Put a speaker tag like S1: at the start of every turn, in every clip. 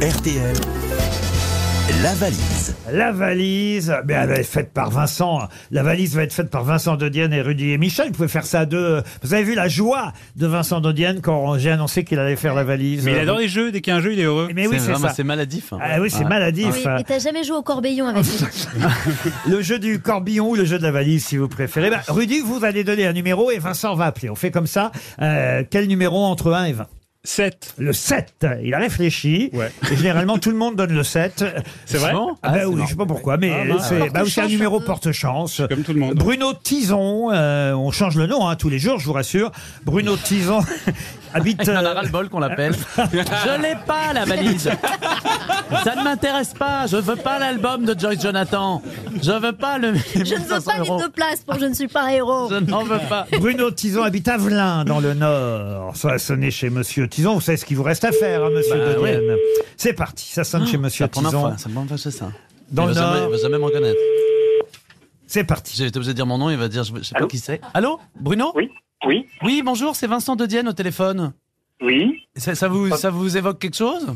S1: RTL, la valise.
S2: La valise, mais elle va être faite par Vincent. hein. La valise va être faite par Vincent Dodienne et Rudy et Michel. Vous pouvez faire ça à deux. Vous avez vu la joie de Vincent Dodienne quand j'ai annoncé qu'il allait faire la valise.
S3: Mais il adore les jeux, dès qu'il y a un jeu, il est heureux.
S2: Mais oui, c'est
S4: vraiment-
S2: ça.
S4: C'est maladif. hein.
S2: Ah oui, c'est
S4: Ouais.
S2: maladif.
S5: Oui, et t'as jamais joué au corbillon avec lui.
S2: Le jeu du corbillon ou le jeu de la valise, si vous préférez. Bah, Rudy, vous allez donner un numéro et Vincent va appeler. On fait comme ça. Euh, quel numéro entre 1 et 20
S3: 7.
S2: Le 7. Il a réfléchi.
S3: Ouais.
S2: Et généralement, tout le monde donne le 7.
S3: C'est vrai
S4: Bon
S2: Ah,
S4: Ah,
S2: bah
S4: c'est
S2: oui,
S4: marrant.
S2: je sais pas pourquoi, mais
S3: Ah, mince.
S2: c'est bah,
S5: Porte-chance
S2: c'est un numéro
S5: un peu.
S2: porte-chance.
S3: Comme tout le monde.
S2: Bruno Tison, euh, on change le nom hein, tous les jours, je vous rassure. Bruno Tison habite.
S4: Il en a
S2: euh,
S4: ras-le-bol qu'on l'appelle. je l'ai pas, la valise. Ça ne m'intéresse pas. Je veux pas l'album de Joyce Jonathan. Je veux pas le.
S5: Je ne veux pas les deux places pour Je ne suis pas héros.
S4: Je n'en veux pas.
S2: Bruno Tison habite Avelin, dans le Nord. Ça a sonné chez Monsieur Tison. Vous savez ce qu'il vous reste à faire, hein, Monsieur
S4: Bah,
S2: Dodienne. C'est parti, ça sonne chez Monsieur
S4: La première
S2: Tison.
S4: fois, ça me fait ça.
S2: Dans
S4: il
S2: le
S4: va jamais,
S2: Nord.
S4: il va jamais me reconnaître.
S2: C'est parti.
S4: J'ai été obligé de dire mon nom, il va dire je, je sais pas qui c'est. Allô Bruno
S6: Oui, oui,
S4: Oui, bonjour, c'est Vincent Dedienne au téléphone.
S6: oui,
S4: Ça, ça vous, ça vous évoque quelque chose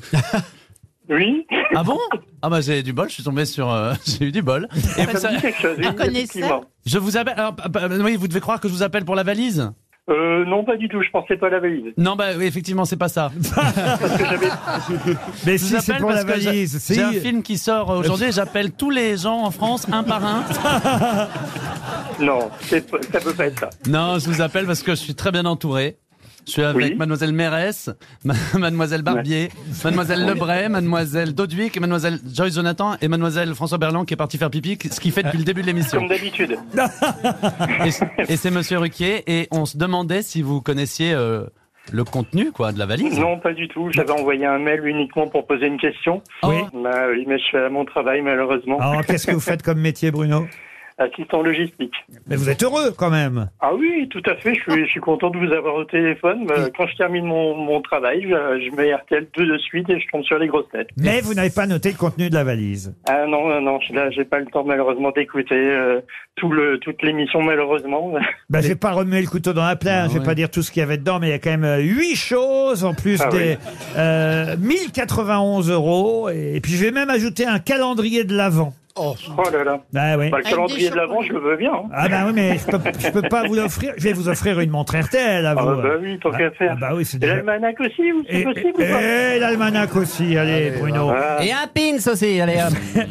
S6: oui.
S4: Ah bon Ah bah j'ai du bol, je suis tombé sur... euh, j'ai eu du bol. Et
S6: Ça me dit quelque chose. oui,
S5: connaissait.
S6: effectivement.
S4: Je vous appelle. alors, bah, bah, oui, vous devez croire que je vous appelle pour la valise.
S6: Euh, non, pas du tout. Je pensais pas à la valise.
S4: Non, bah oui, effectivement, c'est pas ça. Je
S2: Mais si
S4: vous
S2: c'est
S4: appelle
S2: pour la
S4: parce que j'ai-
S2: valise, si.
S4: J'ai un film qui sort aujourd'hui. J'appelle tous les gens en France un par un.
S6: Non, c'est pas- ça peut pas être ça.
S4: Non, je vous appelle parce que je suis très bien entouré. Je suis avec
S6: Oui.
S4: Mademoiselle Mérès, ma- Mademoiselle Barbier, Mademoiselle Lebray, Mademoiselle Dodwick, Mademoiselle Joyce Jonathan et Mademoiselle François Berland qui est partie faire pipi, ce qui fait depuis le début de l'émission.
S6: Comme d'habitude.
S4: Et, et c'est Monsieur Ruquier. Et on se demandait si vous connaissiez euh, le contenu quoi de la valise.
S6: Non, pas du tout. J'avais envoyé un mail uniquement pour poser une question.
S2: Oui.
S6: Bah oui, mais je fais à mon travail, malheureusement.
S2: Alors, Oh, qu'est-ce que vous faites comme métier, Bruno
S6: Assistant logistique.
S2: Mais vous êtes heureux quand même.
S6: Ah oui, tout à fait. Je suis, je suis content de vous avoir au téléphone. Bah, Quand je termine mon, mon travail, je, je mets RTL 2 de suite et je tombe sur les grosses têtes.
S2: Mais vous n'avez pas noté le contenu de la valise.
S6: Ah non, non, non. Là, j'ai pas le temps, malheureusement, d'écouter euh, tout le, toute l'émission, malheureusement.
S2: Bah, j'ai pas remué le couteau dans la plaie, hein,
S4: Ah,
S2: je vais
S4: ouais.
S2: pas dire tout ce qu'il y avait dedans, mais il y a quand même euh, huit choses en plus
S6: Ah,
S2: des euh, 1091 euros. Et, et puis je vais même ajouter un calendrier de l'avant.
S6: Oh là là.
S2: Ah oui.
S6: Bah, le calendrier de l'avant, je le veux bien. hein.
S2: Ah bah oui, mais je peux, je peux pas vous l'offrir. Je vais vous offrir une montre RTL à
S6: Ah
S2: vous.
S6: bah oui, tant qu'à
S2: Ah
S6: faire.
S2: bah oui, c'est
S6: Et
S2: déjà...
S6: l'almanach aussi, ou
S2: Et,
S6: c'est possible ou pas
S2: et- et l'almanach aussi, allez, Bruno.
S6: Ah,
S4: Et un pins aussi, allez. hop.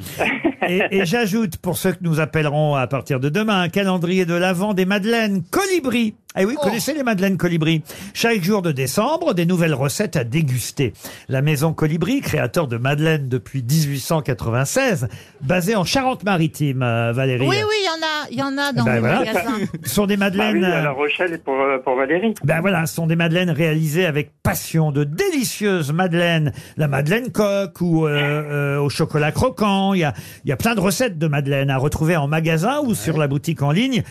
S2: Et, et j'ajoute, pour ceux que nous appellerons à partir de demain, un calendrier de l'Avent des Madeleines Colibri. Eh
S6: Oh.
S2: oui, connaissez les Madeleines Colibri Chaque jour de décembre, des nouvelles recettes à déguster. La maison Colibri, créateur de Madeleine depuis 1896, basée en Charente-Maritime, euh, Valérie.
S7: Oui, oui, il y en a, il y en a dans
S2: Ben
S7: le
S2: voilà.
S7: magasin.
S2: Ce sont des
S6: bah
S2: Madeleines...
S6: oui, à
S2: euh,
S6: La Rochelle et pour, euh, pour Valérie.
S2: Ben voilà, ce sont des madeleines réalisées avec passion, de délicieuses madeleines. La madeleine coque ou euh, euh, au chocolat croquant. Il y a, il y a plein de recettes de madeleines à retrouver en magasin ou sur la boutique en ligne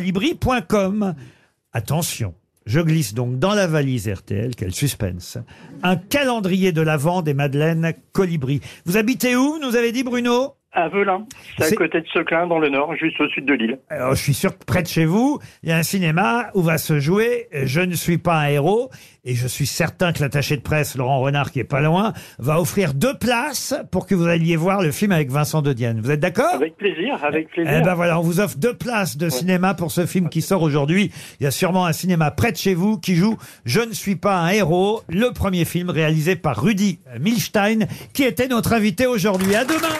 S2: maisoncolibri.com. Attention, je glisse donc dans la valise RTL, quel suspense, un calendrier de l'avant des madeleines colibri. Vous habitez où, vous nous avez dit Bruno
S6: À Velin, c'est
S2: C'est-
S6: à côté de Seclin, dans le nord, juste au sud de l'île.
S2: Alors, je suis sûr que près de chez vous, il y a un cinéma où va se jouer Je ne suis pas un héros. Et je suis certain que l'attaché de presse, Laurent Renard, qui est pas loin, va offrir deux places pour que vous alliez voir le film avec Vincent Dedienne. Vous êtes d'accord
S6: Avec plaisir, avec plaisir.
S2: eh ben voilà, on vous offre deux places de cinéma pour ce film qui sort aujourd'hui. Il y a sûrement un cinéma près de chez vous qui joue Je ne suis pas un héros, le premier film réalisé par Rudy Milstein, qui était notre invité aujourd'hui. À demain